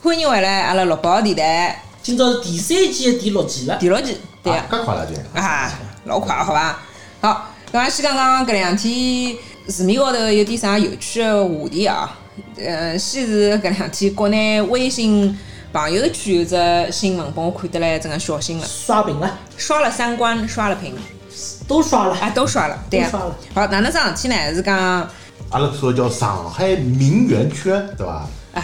欢迎回来，阿拉六宝电台今朝是第三季的第六集了，第六季，对啊啊，介快了就。啊，老快好伐？好，咁啊，先讲讲搿两天市面高头有点啥有趣的话题啊？呃，先是搿两天国内微信朋友圈有只新闻，把我看得来真个小心了，刷屏了，刷了三观，刷了屏，都刷了。啊，都刷了，对啊都刷了。好，哪能桩事体呢？是讲啊，阿拉说叫上海名媛圈，对伐？啊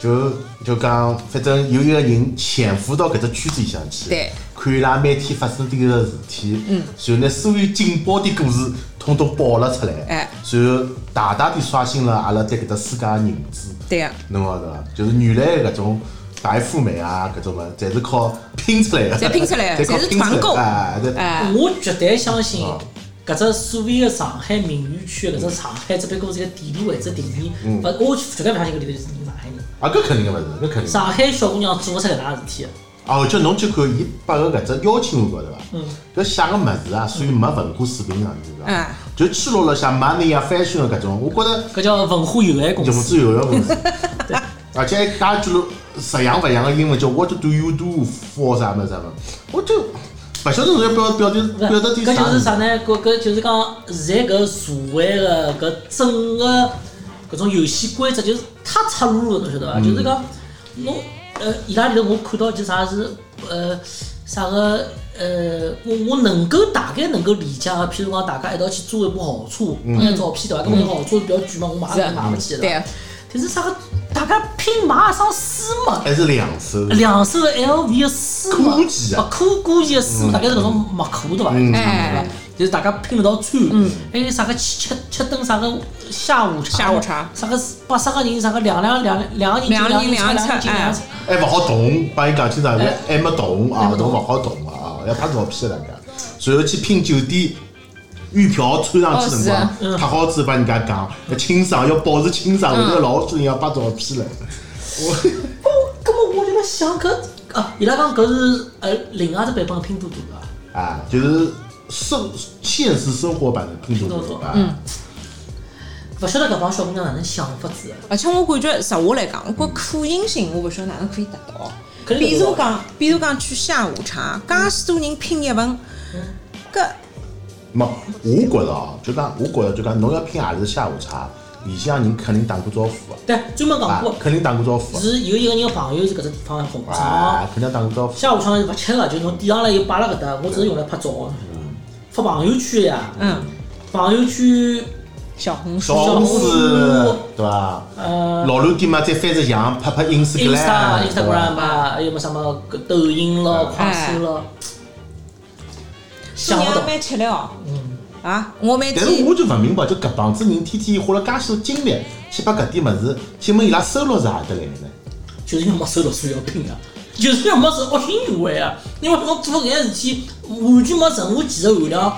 就就讲，反正有一个人潜伏到搿只圈子里向去，对看伊拉每天发生点个事体，嗯，然后呢，所有劲爆的故事统统爆了出来，哎然后大大的刷新了阿拉对搿只世界的认知，对啊，侬晓得伐？就是原来搿种白富美啊，搿种物，侪是靠拼出来的，侪拼出来的 侪靠侪是拼出来团购的哎，对哎，我绝对相信啊，搿只所谓的上海名媛区，搿只上海只不过是一个地理位置定义，勿，我绝对勿相信搿里头是人上海人。啊，搿肯定个物事，搿肯定。上海小姑娘做勿出搿能介事体的，啊，而且侬去看伊发个搿只邀请函高头啊嗯，搿写个物事啊，属于没文化水平啊，你知道嗯伐？就记录了像 money 啊、fashion 啊搿种，我觉着搿叫文化有限公用司。之有 效公司，而且还加记录十样勿样个英文叫 What do you do for 啥物事啥物事，我就勿晓得侬要表表达勿是表达点搿啥就是物事啥呢？搿搿就是讲现在搿社会的搿整个搿种游戏规则就是太赤裸裸了，侬晓嗯得伐？就是讲侬呃，伊拉里头我看到就啥是呃啥个呃，我我能够大概能够理解个，譬如讲大家一道去租一部豪车，嗯拍照片对伐？搿部豪车是比较贵嘛，我买是也买勿起对对伐？啊，但是啥个大家拼买一双丝袜。还是两手，两手的 LV 的丝袜，科技啊嗯啊，科科技的丝袜，大概是搿种墨裤对伐？嗯哎，就是大家拼得到穿，还有啥个去吃吃顿啥个下午茶，下午茶啥个八十个人，啥个两两两两个人进两个人两两个个人进两个人进哎两个人进还勿好动，帮伊讲清爽，哎还没动啊还，没侬动勿好动啊，啊要拍照片的大家，然后去拼酒店。预票穿上去辰哦是啊光，拍好子帮人家讲，要清爽，要保持清爽，后头老多人要拍照片了。不，搿么我就辣想搿啊，伊拉讲搿是呃另外只版本拼多多啊，我啊，就是生现实生活版的拼多多啊，嗯勿晓得搿帮小姑娘哪能想法子的。而且我感觉实话来讲，我觉可行性我勿晓得哪能可以达到。搿是比搿如个讲，比如讲去下午茶，介许多人拼一份，搿没，我觉着啊，就讲我觉着就讲，侬要拼何里是下午茶，里向人肯定打过招呼的对，专门讲啊过，，肯定打过招呼的哦是有一个人朋友是搿只地方的红肠啊，，肯定打过招呼。下午茶是勿吃个，就侬点上来又摆辣搿搭，我只是用来拍照的，发朋友圈呀，嗯，朋友圈小红小书，红红书书对伐？呃。老卵点嘛，再翻只样，拍拍 Insta、 Instagram，对伐 Instagram 啊，还有么什么抖音咯、快手咯，小想人不也到。蛮吃力哦。嗯啊，我每但是天我就勿明白，就搿帮子人天天花了介许多精力去拍搿点物事，请问伊拉收入是何得来的呢？就是因为没收入，所以要拼啊！就是因为没收恶性循环啊！因为侬做搿件事体，完全没任何技术含量，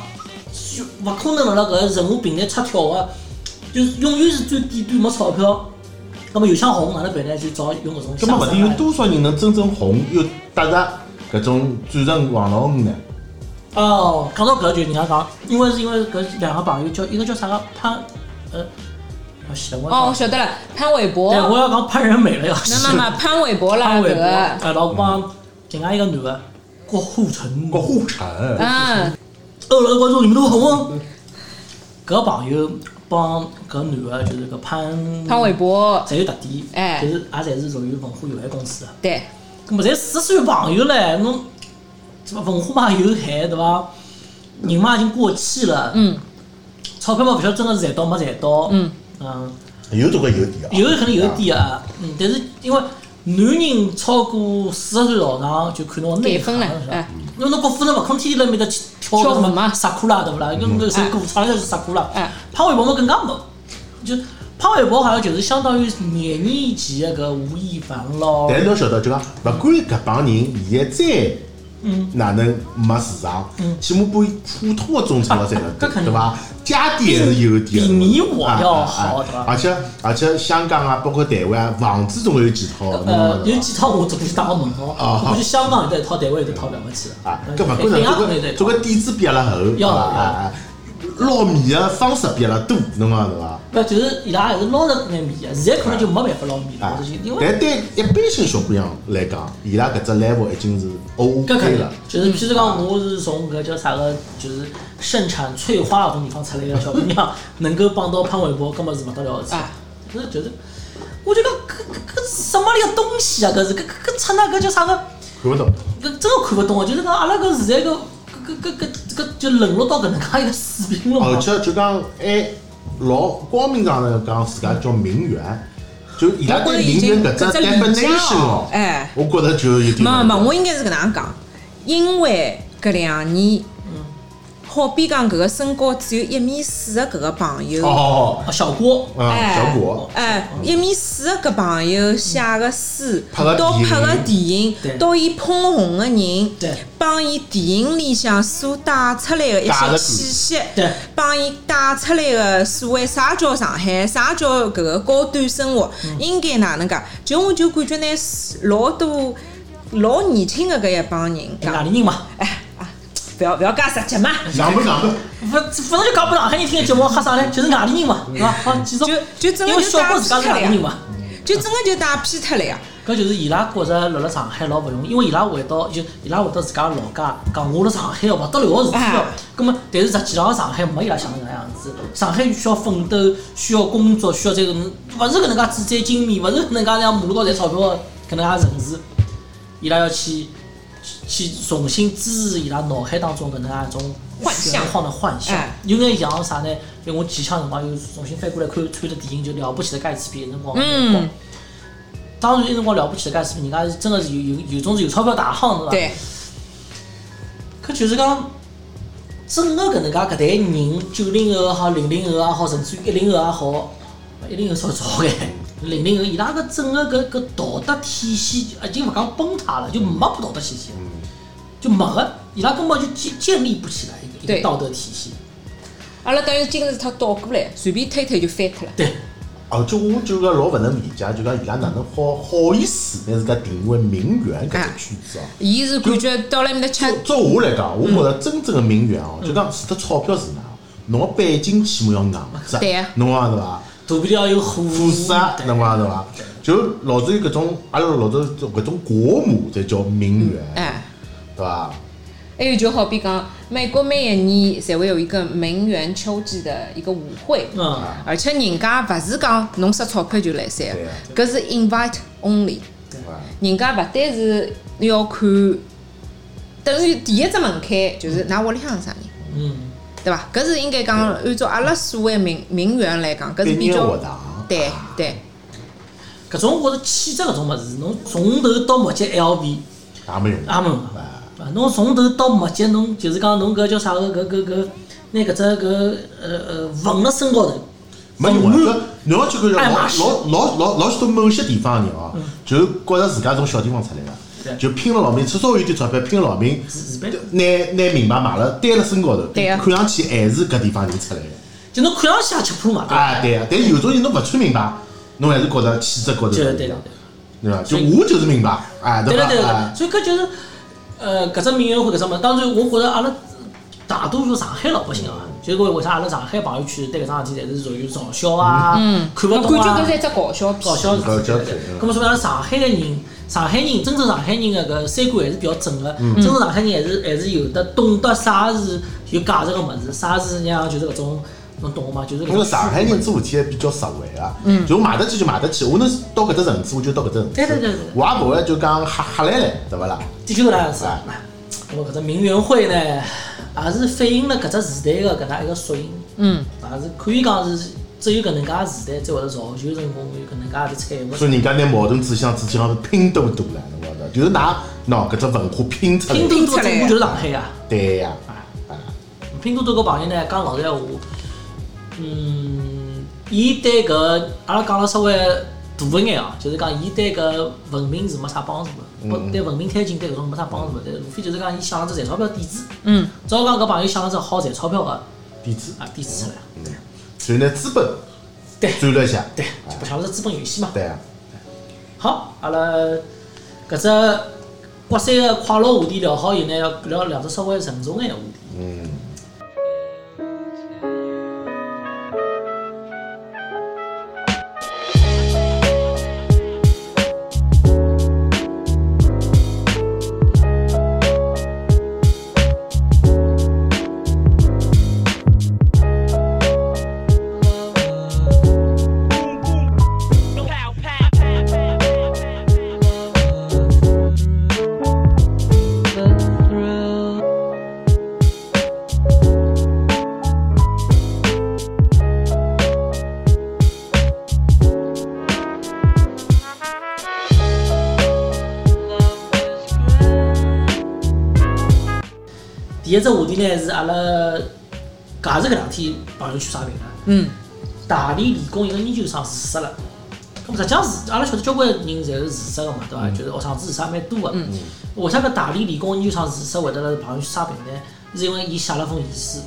就勿可能辣辣搿任何平台出挑个，啊就是永远是最低端没钞票。那么又想红哪能办呢？就找用搿种葛想末勿法定有多少人能真正红又踏入搿种转成王老五呢？嗯哦，讲到搿就人家讲，因为是因为搿两个朋友叫一个叫啥个潘，呃，要死了我要哦，讲我晓得了，潘玮柏，对，我那要讲潘仁美了要死。那么潘玮柏啦，潘玮搿柏，个，呃，老帮另外一个男的郭富城，郭富城，啊嗯，二楼观众你们都红哦。搿朋友帮搿男的，就是搿潘潘玮，柏，侪有特点，哎就是也侪是属于文化有限公司的。对，搿么侪四十岁朋友唻，侬什么文化嘛有限对伐？人嘛已经过气了，嗯，钞票嘛勿晓得真的是赚到没赚到，嗯嗯。有总归有点啊，有肯定有点啊，嗯，但是因为男人超过四十岁朝上就看侬内改分涵了是吧哎？因为侬郭富城勿可能天天辣面搭去跳跳个舞什么嘛萨库拉对勿啦？搿侬首歌唱来就是萨库拉哎，潘玮柏嘛更加没，就潘玮柏好像就是相当于廿年前个搿吴亦凡咯但，是侬晓得，就讲勿管搿帮人现在再嗯哪能没市场，起码比普通的中产要赚得 啊搿多，肯定对伐？家底还是有点的，比你我要好啊对伐啊而且而且香港啊，包括台湾啊，房子总归有几套，侬呃，懂有伐几套我总归打个问号，啊我去香港有得一套，台湾有得一套了勿起了啊，搿勿可哎能，人家总可能有得一归套总归底子比阿拉厚，要啊啊啊，啊捞米的方式比阿拉多，侬讲对伐？不就是伊拉还是捞着搿眼米的，现在可能就没办法捞米了，啊或者就因，为但对一般性小姑娘来讲，伊拉搿只 level 已经是 OK 搿肯定了，就是譬如讲，我是从搿叫啥个，就是盛产翠花搿种地方出来的小姑娘，能够帮到潘玮柏，搿么是勿得了的事体啊。搿就是，我就讲搿搿搿什么里个东西啊？搿是搿搿搿出那搿叫啥个？看勿懂。搿真个看勿懂哦，就是讲阿拉搿现在搿搿搿搿搿搿就沦落到搿能介一个水平了而嘛。且哦就讲还老光明上头讲自家叫名媛，就伊拉我觉对得已名经媛搿只搿只理解 definition 哦哦，哎我觉着就有点没难。没，我应该是搿能讲，因为搿两年，好比讲搿个身高只有一米四的搿个朋友，哦，啊，小郭，嗯，哎小果，哎，一米四的搿朋友写个书拍个，到电拍个影电影对，到伊捧红个人对，帮伊电影里向所带出来的一价些值观气息对，帮伊带出来的所谓啥叫上海，啥叫搿个高端生活，嗯应该哪能介？就我就感觉呢，老多老年轻的搿一帮人外嗯讲，地人嘛，哎啊，不要不要介直接嘛。讲不讲？勿反正就讲拨上海人听个节目吓啥嘞？就是外地人嘛，对伐？好，继续。就就真的嗯因为就小打郭自家是不出来外地呀人嘛。就真个就带偏脱了呀！搿就是伊拉觉着辣辣上海老勿容易，因为伊拉回到就伊拉回到自家老家，讲我辣上海哦勿得了个事体哦啊。葛末，但是实际上上海没伊拉想的那样子，上海需要奋斗，需要工作，需要这个，勿是搿能介纸醉金迷，勿是搿能介像马路高头赚钞票的搿能介城市，伊拉要去去去重新支持伊拉脑海当中搿能介一种幻象玄幻的幻想哎，有眼像啥呢？因为我前腔辰光又重新翻过来看看了电影，就《了不起的盖茨比》那辰光，那辰光嗯当然，那辰光了不起的盖茨比，人家是真的是有有有种是有钞票大亨，对伐？对，可就是讲，整个搿能介搿代人，九零后也好，零零后也好，甚至于一零后也好，一零后稍早眼，零零后伊拉搿整个搿搿道德体系已经勿讲崩塌了，就没道德体系了，就没个，伊拉根本就建建立不起来一个一对个道德体系。阿拉等于今日他倒过来，随便推推就翻脱了。对，而且我哦就讲老勿能理解，就讲伊拉哪能好好意思拿自家定位名媛搿只圈子哦。伊是感觉到了埃面搭吃，作我来讲，我觉着真正的名媛哦，就讲除脱钞票之外，侬个背景起码要硬实对啊，侬讲是伐？肚皮里要有火，腐蚀，对侬讲是伐？就老早有搿种，阿拉老早搿种国母才叫名媛，哎，对伐？还有就好比讲，美国每一年侪会有一个名媛秋季的一个舞会，嗯，而且人家勿是讲侬塞钞票就来塞对啊，搿是 invite only，对伐？人家勿单是要看，等于第一只门槛就是㑚屋里向是啥人，嗯，对伐？搿是应该讲按照阿拉所谓名名媛来讲，搿是毕比业较学堂，对对，搿种我是气质搿种物事，侬从头到末节 LV。也没用。阿门啊！侬从头到末节，侬就是讲侬搿叫啥个搿搿搿，拿搿只搿呃呃纹辣身高头，没用纹个，满就侬要去看爱老马仕老老老老许多某些地方的人哦，就觉着自家从小地方出来对的，就拼了老命，至少有点钞票，拼了老命，自自卑拿拿名牌买了，担了身高头，对啊看上去还是搿地方人出来的。就侬看上去也吃破嘛，对伐？啊，对啊，但有种人侬勿穿名牌，侬还是觉着气质高头对是对不一对样对，对伐？所就以我就是名牌，啊，对伐了对？了啊，所以搿就是呃搿只名媛会搿只物事，当然我觉着阿拉大多数上海老百姓啊，就是讲为啥阿拉上海朋友圈对搿桩事体侪是属于嘲笑啊，看勿嗯我懂感啊觉搿。是一只搞笑片搞。笑搞事体笑对对片嗯咁么说明阿拉上海个人，上海人真正上海人个搿三观还是比较正个，嗯真正上海人还是还是有的懂得啥是有价值个物事，啥是让就是搿种侬懂个嘛？就是搿因为种上海人做事体还比较实惠啊，就我买得起就买得起，我能到搿只层次我就到搿只层次，嗯对对对对我也勿会就讲瞎瞎来来，对勿啦？的确搿能样子啊。咁么搿只名媛会呢，也是反映了搿只时代个搿能一个缩影，嗯，也是可以讲是只有搿能介个时代才会得造就成功有搿能介的产物。所以人家拿矛盾指向指向拼多多了，侬晓得？就是㑚喏搿只文化拼出来拼的，多多总部就是上海啊。对呀，啊，拼多多搿朋友呢，讲老实闲话，嗯，伊对搿阿拉讲了稍微大一眼哦，就是讲伊对搿文明是没啥帮助的，不对文明推进对搿种没啥帮助的，但是无非就是讲伊想了只赚钞票的点子，嗯，只好讲搿朋友想了只好赚钞票个底子，啊点子出来，嗯所以呢资本对转了一下，啊对，就白相了只资本游戏嘛。对呀，啊好，阿拉搿只刮三个快乐话题聊好以后呢，要聊两只稍微沉重眼话题。嗯，第一只话题呢是阿拉，搿也是搿两天朋友圈刷屏啊。嗯，大理理工一个研究生辞职了。咁实际上是，阿拉晓得交关人侪是辞职个嘛，对伐？就是学生子自杀蛮多个。嗯为啥搿大理理工研究生自杀会得辣朋友圈刷屏呢？是因为伊写了封遗书，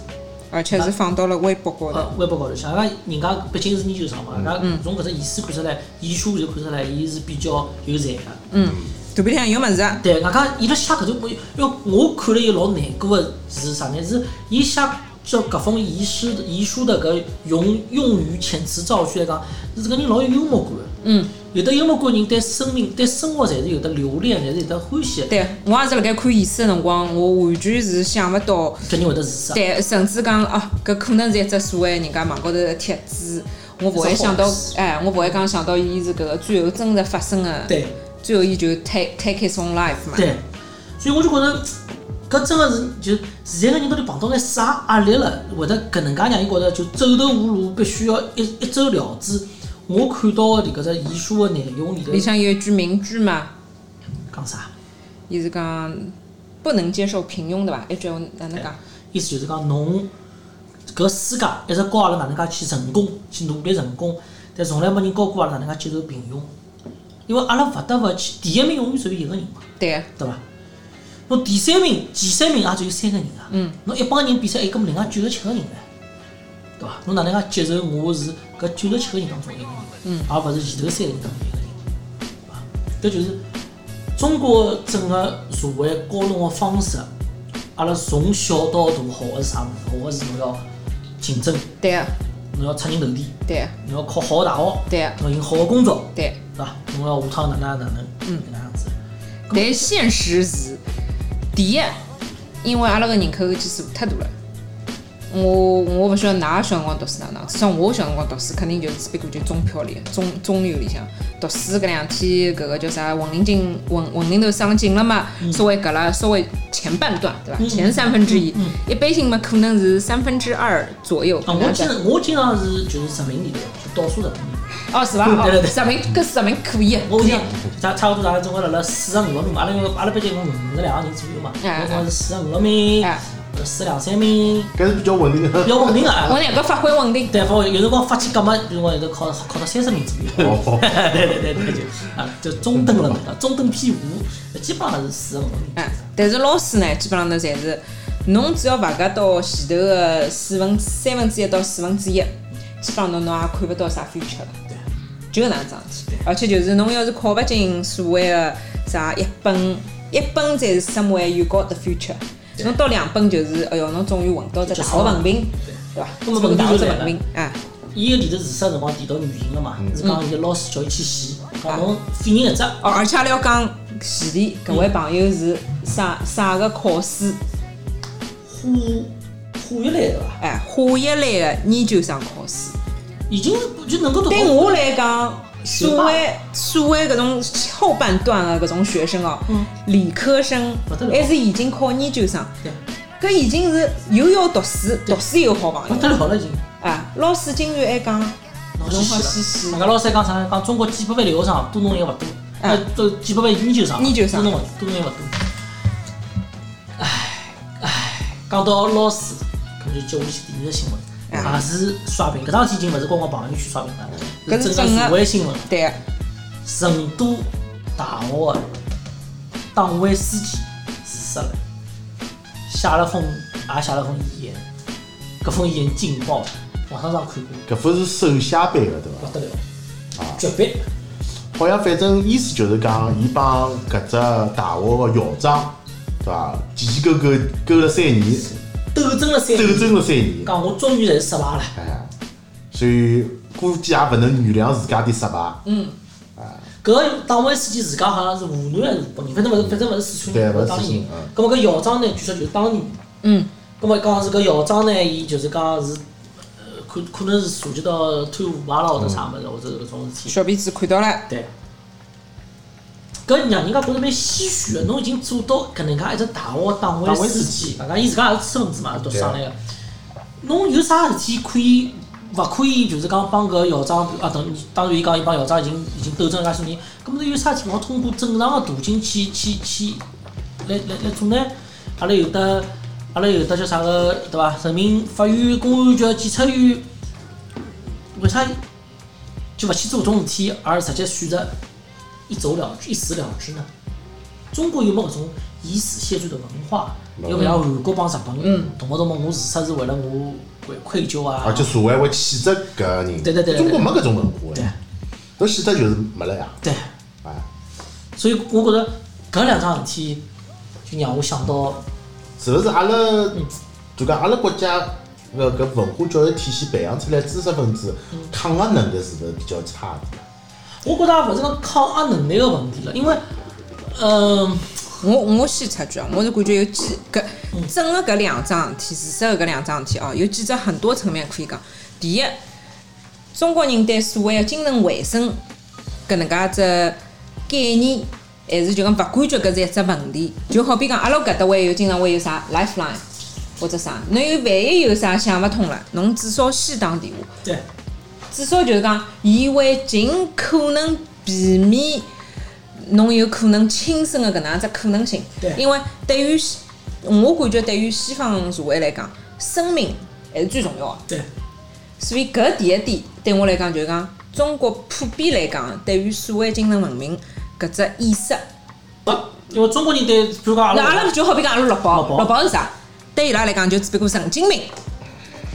而且是放到了微博高呃头。，微博高头写，那人家毕竟是研究生嘛，那从搿只遗书看出来，遗书就看出来，伊是比较有才个。嗯，图片里向有物事啊。对，外加伊拉写搿种，因为我看了伊老难过个是啥呢？是伊写叫搿封遗书遗书的搿用用语遣词造句来讲，是搿人老有幽默感。嗯，有的幽默感人对生命、对生活侪是有得留恋，侪是有得欢喜的，对，我也是辣盖看演示个辰光，我完全是想勿到，搿人会得自杀。对，甚至讲哦，搿可能是一只所谓人家网高头的帖子，我勿会想到一只好，哎，我勿会讲想到伊是搿个最后真实发生的，对最后伊就 take take his own life 嘛。对，所以我就觉着，搿真个是就是现在个人到底碰到眼啥压力了，会得搿能介让伊觉着就走投无路，必须要一一走了之。我看到的搿只遗书的内容里头里向有一句名句嘛，讲啥？伊是讲不能接受平庸的吧？一句话哪能讲？意思就是讲，侬搿世界一直教阿拉哪能介去成功，去努力成功，但从来没人教过阿拉哪能介接受平庸。因为阿拉勿得勿去，第一名永远只有一个人嘛，对，对伐？侬第三名、前三名也只有三个人啊。嗯。侬一帮人比赛，哎还有搿么另外九十七个人呢，对伐？侬哪能介接受我是搿九十七个人当中一个人，嗯，而勿是前头三个人当中一个人，对伐？搿就是中国整个社会教侬个方式，阿拉从小到大学个是啥物事？学个是侬要竞争，对，侬要出人头地，对，侬要考好个大学，对，啊侬要有好个工作，对。嗯对伐？侬要下趟哪能哪能哪能样子？但现实是，第一，因为阿拉个人口基数太大了。我我勿晓得㑚小辰光读书哪能，至少我小辰光读书肯定就是比过就中漂里、中中游里向读书。搿两天搿个叫啥文林进文文林头上进了嘛，嗯稍微搿了稍微前半段对伐？前三分之一，一般性嘛可能是三分之二左右。嗯搿啊，我样子经常我经常是就是十名里头，就倒数十名。哦是伐？对对哦，对十名搿十名可以，我可以跟你讲，差差不多大概总归辣辣四十五个名，阿拉因为阿拉毕竟五十两个人左右嘛，哎我讲是四十五个名哎，呃四两三名，搿是比较稳定比的。较稳定我个。两个发挥稳定。啊对，方有辰光发起革命，比如讲有的考考到三十名左右。哦， 对对对对，就啊就中等了嘛，中等偏下，基本上是四十五个名哎。，但是老师呢，基本上头侪是，侬只要勿夹到前头个四分三分之一到四分之一，基本上侬侬也看勿到啥 future 了，对，就是哪能桩事体。而且就是侬要是考勿进所谓个啥一本，一本才是 somewhere you got the future。对侬到两本就是，哎哟，侬终于混到只就大少学了文凭，对对伐？那么这个问题大就学来文凭，哎，伊个里头自杀辰光提到原因了嘛，是讲伊个老师叫伊去死，啊讲侬废人一只。哦，而且阿拉要讲前提，搿嗯位朋友是啥啥个考试？化化学类的伐？哎，化学类个研究生考试。已经是就能够读对好我来讲，所谓所谓搿种后半段的搿种学生哦，理科生不得了还是已经考研究生，对搿已经是又要读书，读书又好朋不友得了了已经。啊！老师竟然还讲，侬侬好去去死死了！人家老师还讲啥呢？讲中国几百万留学生多侬也勿多，嗯呃，都几百万研究生，研究生多侬勿多侬也勿多。唉唉，讲到老师，搿就接下去第二个新闻，嗯也是刷屏。搿桩事体已经勿是光光朋友圈刷屏了，搿是是整整个个社会新闻。对，啊成都大学的党委书记自杀了，写了封也写了封遗言，搿封遗言劲爆，网上上看过，搿副是手写版的对伐？不得了，啊绝版。好像反正意思就是讲，伊帮搿只大学的校长，对伐？奇奇勾勾勾了三年，斗争了三斗年，争了三年，讲我终于侪失败了。哎，所以估计也勿能原谅自家的失败。嗯搿个党委书记自家好像是湖南还是湖北人，反正勿是，反正勿是四川人，嗯勿是对勿是当地人四川人嗯。葛末搿校长呢，据说就是当地人。嗯，葛末讲是搿校长呢，伊就是讲是，呃，可可能是涉及到贪腐败啦或者啥物事，或者搿种事体。小辫子看到了，对。搿让人家觉得蛮唏嘘个，侬已经做到搿能介一只大学党委党委书书记记，外加伊自家也是知识分子嘛，读上来个。侬有啥事体可以勿可以？就是讲帮搿校长啊，等当然伊讲伊帮校长已经已经斗争了介许多年，搿么侬有啥事体勿好通过正常个途径去去去来来来做呢？阿拉有的阿拉有的叫啥个对伐？人民法院、公安局、检察院，为啥就勿去做种事体，而直接选择一走了之、一死了之呢？中国有没搿种以死谢罪的文化？没要勿像韩国帮日本，动勿动嘛，我自杀是为了我愧愧疚啊，而且社会会谴责搿个人。对对对对中国没搿种文化对呀，侬谴责就是没了呀。对。啊，所以我觉着搿两桩事体，就让我想到，是勿是阿拉嗯就讲阿拉国家搿搿文化教育体系培养出来知识分子嗯抗压能力是勿是比较差的？我觉着也勿是讲抗压能力个问题了，因为，嗯，我我先插句啊，我是感觉有几搿整个搿两桩事体，事实的搿两桩事体哦，有几只很多层面可以讲。第一，中国人对所谓的精神卫生搿能介只概念，还是就讲勿感觉搿是一只问题。就好比讲，阿拉搿搭位有经常会有啥 lifeline 或者啥，侬有万一有啥想勿通了，侬至少先打电话。对，至少就是讲，伊会尽可能避免侬有可能轻生的搿能样只可能性对。因为对于西我感觉，对于西方社会来讲，生命还是最重要的。对，所以搿第一点对我来讲就是讲，中国普遍来讲，对于所谓精神文明搿只意识，啊，因为中国人对，比如讲阿那阿拉拉就好比讲阿拉六六宝，宝六宝是啥？对伊拉来讲就只不过神经病、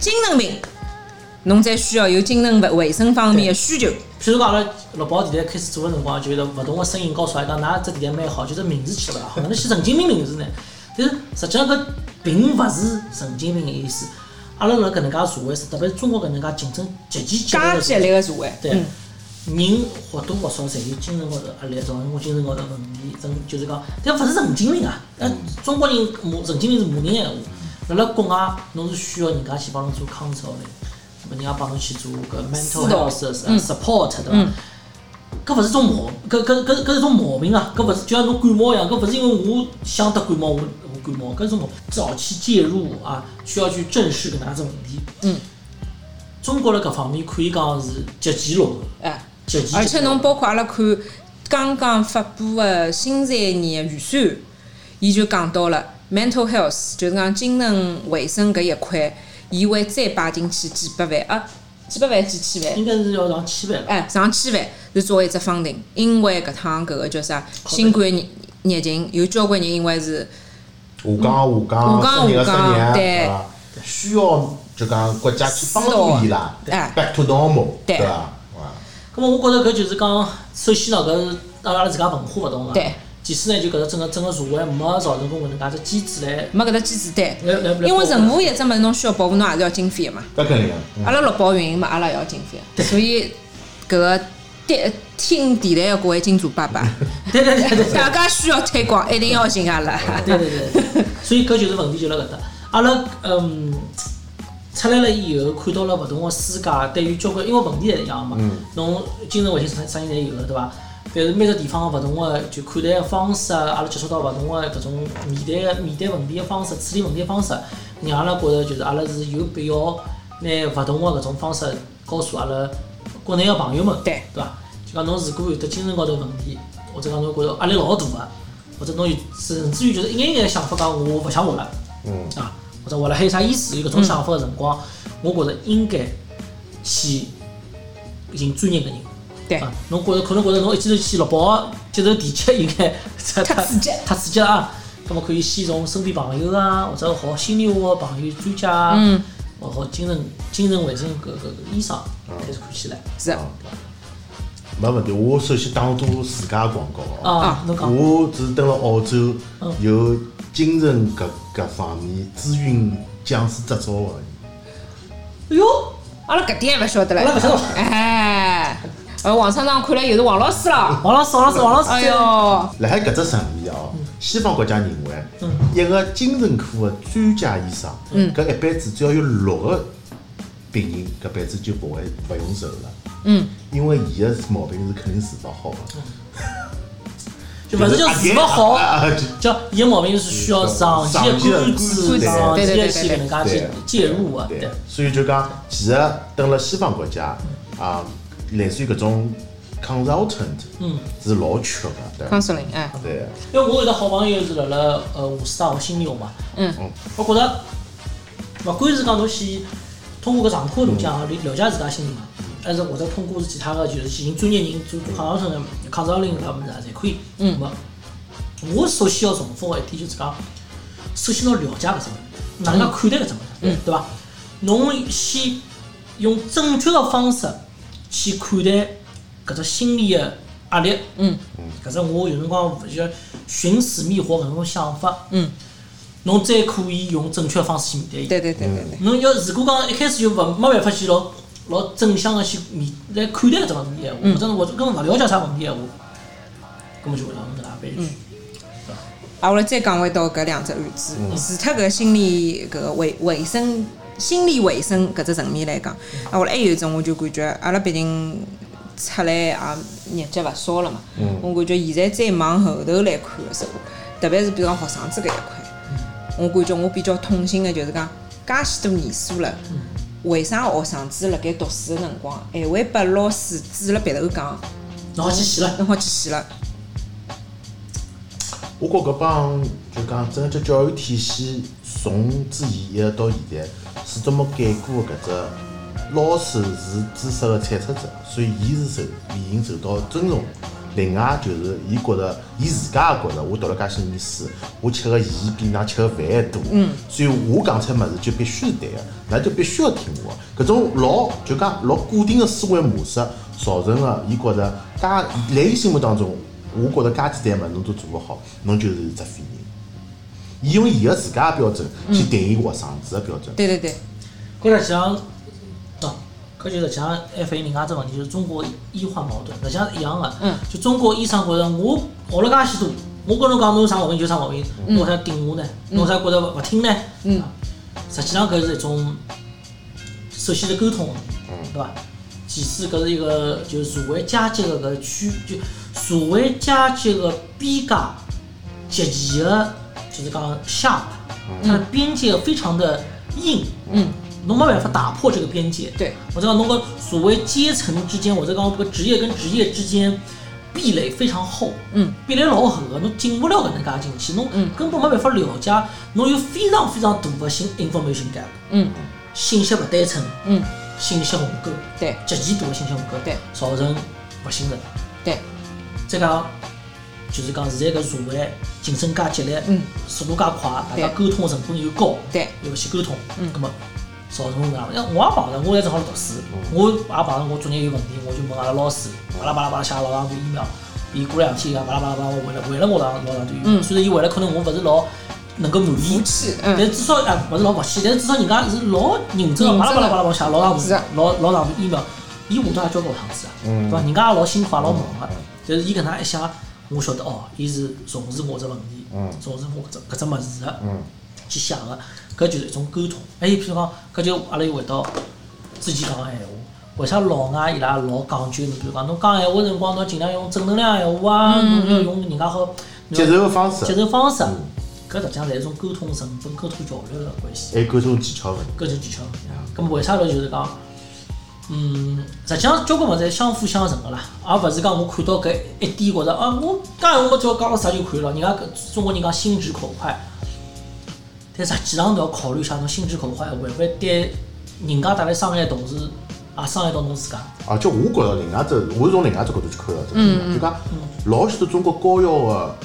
精神病，侬才需要有精神卫卫生方面的需求。譬如讲阿拉六宝电台开始做个辰光，就是勿同个声音告诉阿拉讲，㑚只电台蛮好，就是名字起了勿大好，哪能起神经病名字呢？但是实际上搿并勿是神经病个意思。阿拉辣搿能介社会，特别是中国搿能介竞争极其激烈加的激烈的社会，对嗯，人或多或少侪有精神高头压力，造成我精神高头问题，真就是讲，但勿是神经病啊。嗯那中国人骂神经病是骂人的闲话，辣辣国外侬是需要人家去帮侬做 counsel 的，那么人家帮侬去做搿 mental 指导 health 的嗯 support 对伐嗯？搿勿是种毛，搿搿搿搿是种毛病啊！搿勿是就像侬感冒一样，搿勿是因为我想得感冒我我感冒，搿是种毛早期介入啊，需要去正视搿能介只问题。嗯，中国辣搿方面可以讲是极其落后。哎，极其而且侬包括阿拉看刚刚发布的新财年的预算，伊就讲到了 mental health，就是讲精神卫生搿一块，伊会再摆进去几百万啊，几百万几千万，应该是要上千万了。哎，上千万是作为一只方定，因为搿趟搿个叫啥新冠疫疫情，有交关人因为是下岗下下岗岗，失业的失下岗业，对伐？需要就讲国家去帮助伊拉指导哎，back to normal，对伐？啊咁么我觉着搿就是讲，首先喏，搿是阿拉自家文化勿同了。对。其次呢，就搿个整个整个社会没造成过搿能介只机制来没搿只机制对，来来来保护。因为任何一只物事侬需要保护，侬也是要经费的嘛。搿肯定。嗯阿拉六宝运营嘛，阿拉也要经费，所以搿呃个电听电台的各位金主爸 爸， 对对对对对。大家需要推广，一定要寻阿拉。 对对对，所以搿就是问题就辣搿搭。阿拉嗯出来了以后，看到了勿同个世界，对于交关因为问题侪一样嘛，侬精神卫生啥啥人侪有个对伐？但是每个地方勿同个就看待个方式啊，阿拉接触到勿同个搿种面对个面对问题个方式、处理问题个方式，让阿拉觉着就是阿拉是有必要拿勿同个搿种方式告诉阿拉国内个朋友们，对对伐？就讲侬如果有得精神高头问题，或者讲侬觉着压力老大个，或者侬有甚至于就是一眼眼想法讲我勿想活了，嗯，啊，或者活了还有啥意思？有搿嗯种想法个辰光，我觉着应该去寻专业个人。对啊，侬觉着可能觉着侬一记头去六宝啊接受电击应该 太太刺激太刺激了啊！那么可以先从身边朋友啊，或者好心理学个朋友、专家啊，嗯，或好精神精神卫生搿搿搿医生嗯开始看起来是啊没问题。我首先打多自家广告哦。啊，侬讲我是蹲辣澳洲嗯有精神搿搿方面咨询讲师执照个。哎哟，阿拉搿点还勿晓得阿拉勿唻。晓得。哎，呃，网上上看来又是王老师了。王老师，王老师，王老师，哎哟，辣海搿只层面哦，嗯西方国家认为一个精神科的专家医生，嗯搿一辈子只要有六个病人，搿辈子就勿会勿用手了。嗯，因为伊个毛病是肯定治勿好的，嗯就勿是叫治勿啊好，啊啊就叫伊个毛病是需要长期的关注、长期的去搿能介去啊介入个，对对，所以就讲，其实等辣西方国家啊，类似于搿种 consultant 嗯，是老缺个，对吧 counseling，哎，对啊，因为我有一个好朋友是辣辣呃华师大学新用嘛，嗯嗯，我觉着勿管是讲侬先通过搿上课途径啊，了解自家心理嘛，还是或者通过是其他个就是进行专业人做做抗噪声抗噪力搿物事啊，侪可以。嗯那么我首先要重复个一点就是讲，首先要了解搿只物事，哪能介看待搿只物嗯事，对伐？侬先用正确个方式去看待搿只心理个压力。嗯搿只我有辰光勿晓得寻死觅活搿种想法，嗯，侬再可以用正确的方式去面对伊。对对对对对，侬要如果讲一开始就勿没办法去老老正向个去面来看待搿只问题的话，或者或者根本勿了解啥问题的话，根本就勿晓得侬搿哪办去。啊，我来再讲回到搿两只案子，除脱搿心理搿个卫卫生、心理卫生搿只层面来讲，啊，我来还有一种我就感觉，啊阿拉毕竟出来啊也日脚勿少了嘛，我感觉现在再往后头来看个时候，特别是比如讲学生子搿一块，我感觉我比较痛心的就是讲，介许多年数了，为啥学生子辣盖读书的辰光，还会被老师指了鼻头讲，侬好去死了，侬好去死了，我觉搿帮就讲整个教育体系从之前一直到现在，始终没改过搿只老师是知识的产出者，所以伊是受理应受到尊重。另外就是伊觉着，伊自家也觉着，我读了介些年书，我吃个盐比㑚吃个饭还多，所以我讲出来物事就必须是对个，㑚就必须要听我的。搿种老就讲老固定的思维模式，造成了伊觉着，介辣伊心目当中，我觉着介简单物事侬都做勿好，侬就是一只废人。伊用伊个自家的标准去定义学生子的标准。对对对，搿实际上，啊，搿就实际上还反映另外啊一只问题，就是中国医患矛盾，实际上是一样的。嗯啊就中国医生觉着我学了介许多，我跟侬讲侬有啥毛病就有啥毛病，侬为啥顶我呢？侬为啥觉着勿勿听呢？嗯啊，实际上搿是一种，首先是沟通问题，对伐？其次，搿是一个就是社会阶级的搿区，就社会阶级的边界极其的，就是讲 sharp，它的边界非常的硬，嗯，侬没办法打破这个边界。对，我知道侬个所谓阶层之间，或者讲搿职业跟职业之间壁垒非常厚，嗯，壁垒老厚个，侬进不了搿能介进去，侬嗯根本没办法了解，侬有非常非常大个信 information gap，嗯信息勿对称，嗯，信息鸿沟，对极其大个信息鸿沟，对，造成勿信任。对，再讲就是讲现在搿社会竞争介激烈，嗯，速度介快，大家对沟通的成本又高，对。又勿去沟通，嗯葛末造成搿样。因为我也碰着，我现在正好读书，我也碰着我作业有问题，我就问阿拉老师，巴拉巴拉巴拉写了老长段 email，伊过两天伊讲巴拉巴拉巴拉，我回了回了我老老长段 email，嗯虽然伊回来可能我勿是老能够满意服。气，但嗯，至少啊，勿是老服气，但至少人家是老认真认真的，的巴拉巴拉巴拉巴拉写老长是啊段，老老长段 email，伊下趟也交过趟子啊，对嗯伐？人家也老辛苦，也老忙个，但是伊搿能一写，我晓得哦，伊是重视我只问题，嗯重视我搿只搿只物事个。去想个，搿就是一种沟通。还有譬如讲，搿就阿拉又回到之前讲个闲话，为啥老外伊拉老讲究？侬比如讲，侬讲闲话辰光，侬尽量用正能量闲话啊，侬要用人家好接受的方式嗯接受方式。啊搿实际上侪是一种沟通成分、沟通交流个关系，还有沟通技巧问题。搿就技巧。搿么为啥咯？就是讲，嗯，实际上交关物事侪相辅相成个啦，而勿是讲我看到搿一点觉着啊，我讲闲话只要讲了啥就可以了。人家搿中国人讲心直口快，但实际上侬要考虑一下，侬心直口快会勿会对人家带来伤害，同时也伤害到侬自家。而且啊我觉着另外一只，我是从另外一只角度去看的，这个事嗯情就讲老许多中国高校的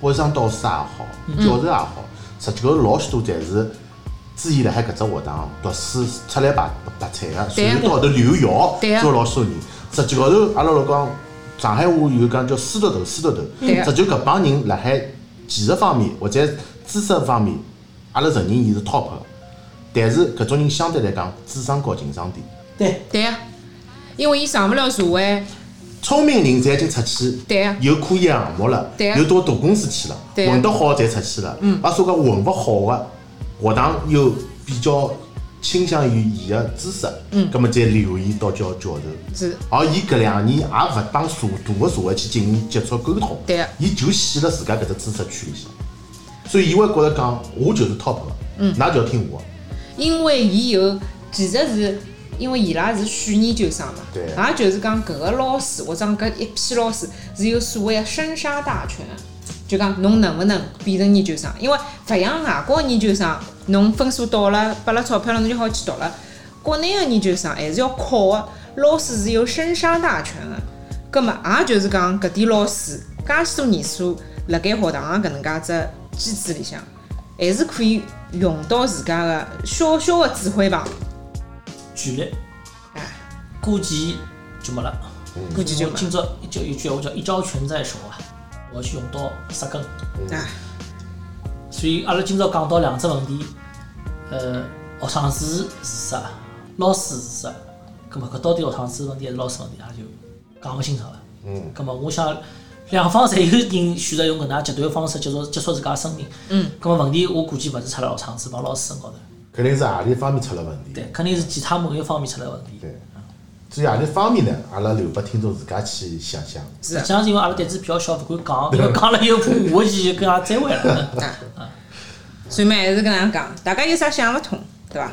博士生导师也好，嗯教授也好，实际高头老许多侪是之前辣海搿只学堂读书出来白白菜个，对啊随后到后头留校对啊做老许多年。实际高头阿拉老讲上海话有讲叫书头头，书头头。对啊实际搿帮人辣海技术方面或者知识方面，阿拉承认伊是 top 的，但是搿种人相对来讲智商高、情商低。对，对呀、因为伊上不了社会，聪明人侪已经出去，对啊有科研项目了，对啊有到大公司去了，对啊嗯混得好侪出去了，而所讲混不好的学堂又比较倾向于伊个知识，嗯，葛末再留伊到教教授。是而伊搿两年也勿帮社大个社会去进行接触沟通，对啊伊就死辣自家搿只知识圈里向，所以伊会觉着讲，我就是 top 个，嗯，㑚就要听我的，因为伊有其实是因为伊拉是选研究生嘛，对也就是讲搿个老师或者讲搿一批老师是有所谓的生杀大权，就讲侬能不能变成研究生？因为勿像外国的研究生，侬分数到了，拨了钞票了，侬就好去读了。国内的研究生还是要考的，老师是有生杀大权的。葛末也就是讲，搿点老师介许多年数辣盖学堂啊个搿能介只机制里向，还是可以用到自家个小小个指挥棒，距离哎，估计就没了。估计就没今朝一句一句话叫一招拳在手啊，我要去用到杀根。嗯哎，所以阿拉今朝讲到两只问题，呃，学生子是啥，老师是啥，葛么搿到底学生子问题还是老师问题，阿拉就讲勿清爽了。嗯，葛么我想两方侪有人选择用搿能介极端的方式结束结束自家的生命。嗯。葛么问题我估计勿是出辣学生子帮老师身高头，肯定是何里方面出了问题。对，肯定是其他某一方面出了问题。对，至于何里方面呢，阿拉留拨听众自家去想想。是实际上是因为阿拉胆子比较小，勿敢讲，因为讲了以后怕下一期就跟阿拉再会了。啊，所以嘛，还是搿能样讲，大家有啥想勿通，对伐？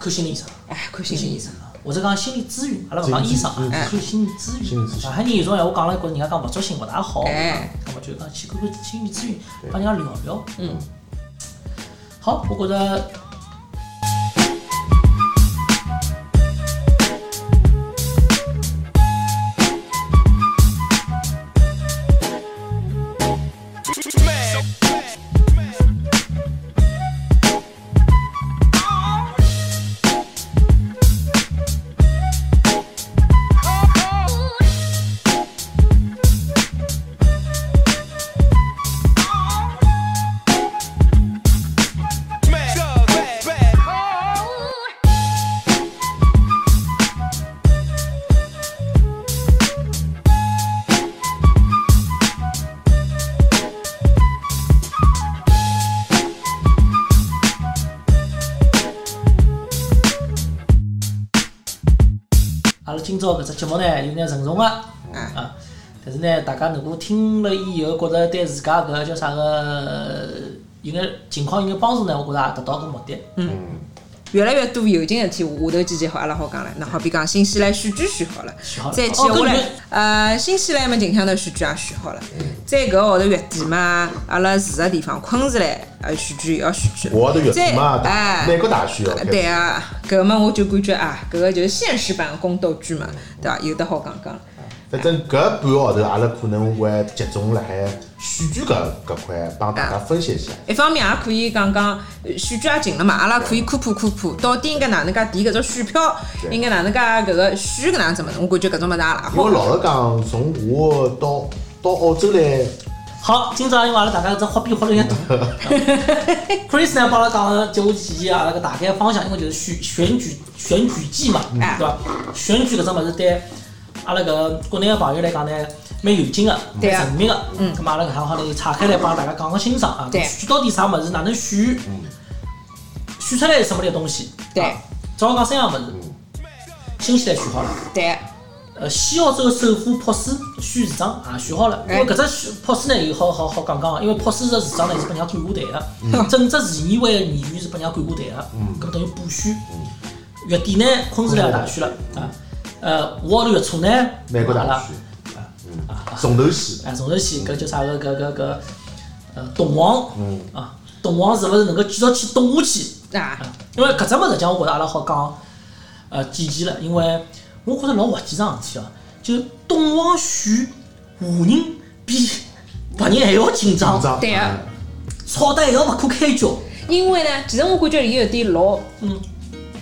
看心理医生，哎，看心心理理医医生生，，或者啊讲心理咨询，阿拉勿讲医生啊心，理嗯看心理咨心理询。啊咨询上海人有种闲话讲了，觉着人家讲勿足性勿大好，哎那么就讲去看看心理咨询，帮人家聊聊。嗯，好，我觉着阿拉今朝搿只节目呢有眼沉重个嗯啊，但是呢，大家如果听了以后觉着对自家搿叫啥个有眼情况有眼帮助呢，我觉着也达到搿目的。越来越多有劲事体，下头几集好阿拉好讲了。那好比讲新西兰选举选好了选好，了再接哦下搿来就，呃，新西兰嘛，近腔头选举也选好了。嗯再搿个号头月底嘛，阿拉住个地方昆士兰呃选举也要选举了。我的月底嘛，再哎大美国大选要开对始，啊，搿么我就感觉啊，搿个就是现实版的宫斗剧嘛，嗯对伐？有的好讲讲。反正搿半个号头，阿拉可能会集中辣海选举搿搿块帮大家分析一下。一方面也可以讲讲呃选举也近了嘛，阿拉可以科普科普，到底应该哪能介填搿只选票，对应该哪能介搿个选搿能样子物事，我感觉搿种物事也拉因好为。老实讲，从我到到澳洲来，好，今朝因为阿拉大家搿只花边花了有 点大，Chris 呢帮阿拉讲了接下去几期阿拉个大概方向，因为就是选选举选举季嘛，哎对伐？选举搿只物事对阿拉搿国内个朋友来讲呢，蛮有劲个，对蛮啊神秘个。嗯，咁嘛阿拉搿趟好呢岔开来帮大家讲讲清爽啊，对嗯选到底啥物事，哪能选？选出来是什么点东西？对啊，主要讲三样物事，新西兰选好了。对，呃，西澳洲首府珀斯选市长也选好了，因哎为搿只选珀斯呢有好好好讲讲啊，因为珀斯这市长呢是被人家管过台嗯的，整只市议会的议员是被人家管过台的，搿等于补选。月底呢，昆士兰大选了啊，呃，五号头月初呢，嗯美国阿拉大选，嗯，重头戏，哎，重头戏搿叫啥个搿搿搿呃，懂王嗯啊，懂王是勿是能够继续去懂下去？啊，啊因为搿只物事讲，我觉着阿拉好讲，呃，几期了，因为我觉着老滑稽桩事体哦，就东王选华人比白人还要紧张紧，张对啊嗯吵得还要勿可开交。因为呢，其实我感觉里有点老，嗯，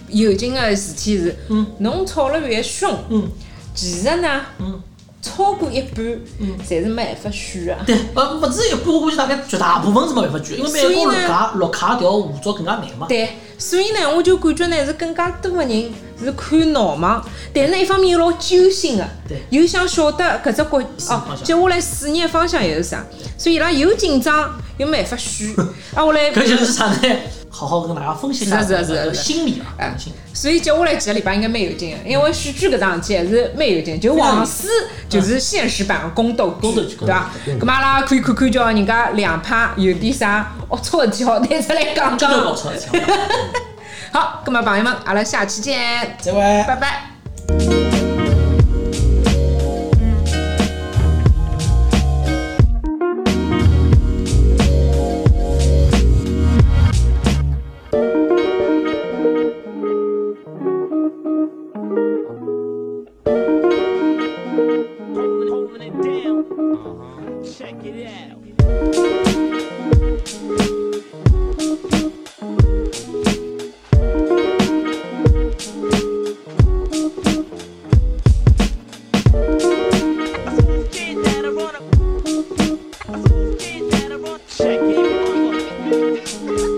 有劲个事体是，嗯，侬吵了越凶，嗯，其实呢，嗯，超过一半，嗯，侪是没办法啊选的。对，呃，勿止一半，我估计大概绝大部分是没办法举，因为美国所以绿呢卡绿卡条护照更加难嘛。对，所以呢，我就感觉呢是更加多的人是看闹忙，但是呢一方面又老揪心的对，又想晓得搿只国哦方向，接下来四年的方向又是啥，所以伊拉又紧张又没法选，啊，我来， 搿就是啥呢？好好跟大家分析一下是的搿是的是个的心理啊，哎心理。所以接下来几个礼拜应该蛮有劲的，因为选举搿桩事体还是蛮有劲，就王师就是现实版的宫斗宫斗剧剧，对伐？咁嘛，阿拉可以看看叫人 家两派有点啥龌龊事体好拿出来讲真的讲老。吵，真的好，那么朋友们，阿拉下期见，再会。拜拜。 holding it down. Uh-huh. Check it out. Check it out.